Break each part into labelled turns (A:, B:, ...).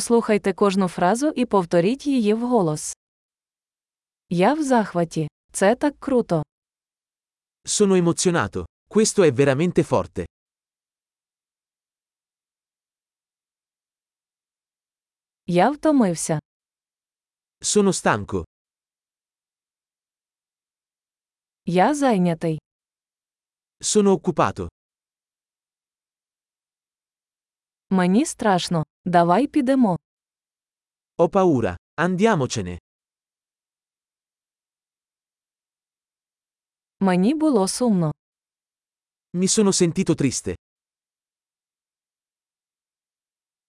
A: Послухайте кожну фразу і повторіть її вголос. Я в захваті. Це так круто.
B: Sono emozionato. Questo è veramente forte.
A: Я втомився.
B: Sono stanco.
A: Я зайнятий.
B: Sono occupato.
A: Мені страшно. Давай підемо.
B: Ho paura. Andiamocene.
A: Мені було сумно.
B: Mi sono sentito triste.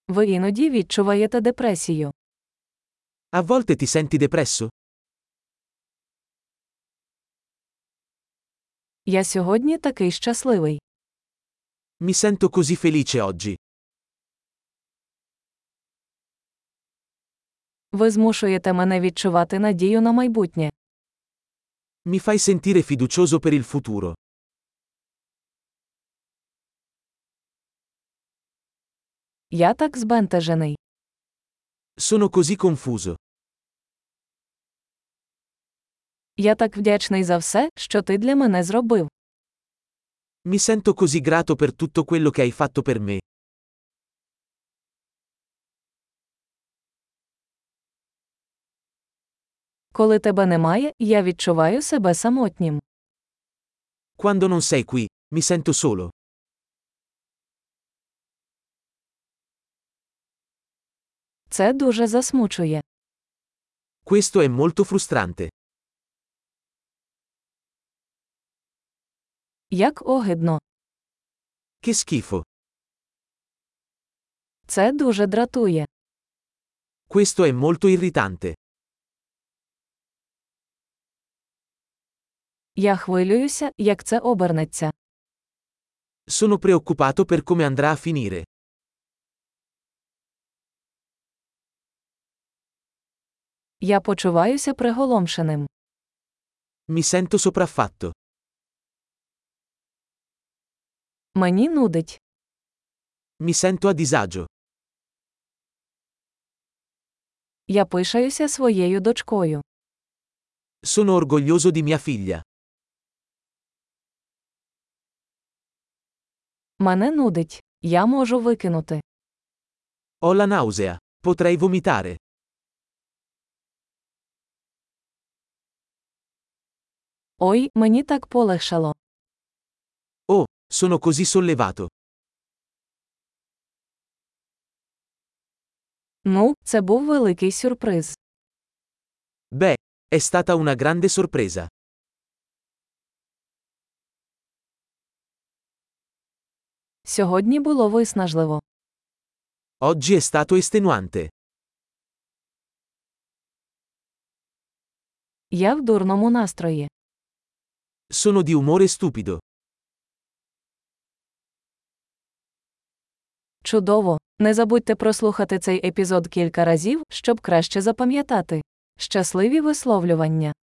A: Ви іноді відчуваєте депресію.
B: A volte ti senti depresso?
A: Я сьогодні такий щасливий.
B: Mi sento così felice oggi.
A: Ви змушуєте мене відчувати надію на майбутнє.
B: Mi fai sentire fiducioso per il futuro.
A: Я так збентежений.
B: Sono così confuso.
A: Я так вдячний за все, що ти для мене зробив.
B: Mi sento così grato per tutto quello che hai fatto per me.
A: Коли тебе немає, я відчуваю себе самотнім.
B: Quando non sei qui, mi sento solo.
A: Це дуже засмучує.
B: Questo è molto frustrante.
A: Як огидно.
B: Che schifo.
A: Це дуже дратує.
B: Questo è molto irritante.
A: Я хвилююся, як це обернеться.
B: Sono preoccupato per come andrà a finire.
A: Я почуваюся приголомшеним.
B: Mi sento sopraffatto.
A: Мені нудить.
B: Mi sento a disagio.
A: Я пишаюся своєю дочкою.
B: Sono orgoglioso di mia figlia.
A: Мене нудить. Я можу викинути.
B: Ho la nausea. Potrei vomitare.
A: Ой, мені так полегшало.
B: Oh, sono così sollevato.
A: Ну, це був великий сюрприз.
B: Beh, è stata una grande sorpresa.
A: Сьогодні було виснажливо.
B: Oggi è stato estenuante.
A: Я в дурному настрої.
B: Sono di umore stupido.
A: Чудово! Не забудьте прослухати цей епізод кілька разів, щоб краще запам'ятати. Щасливі висловлювання!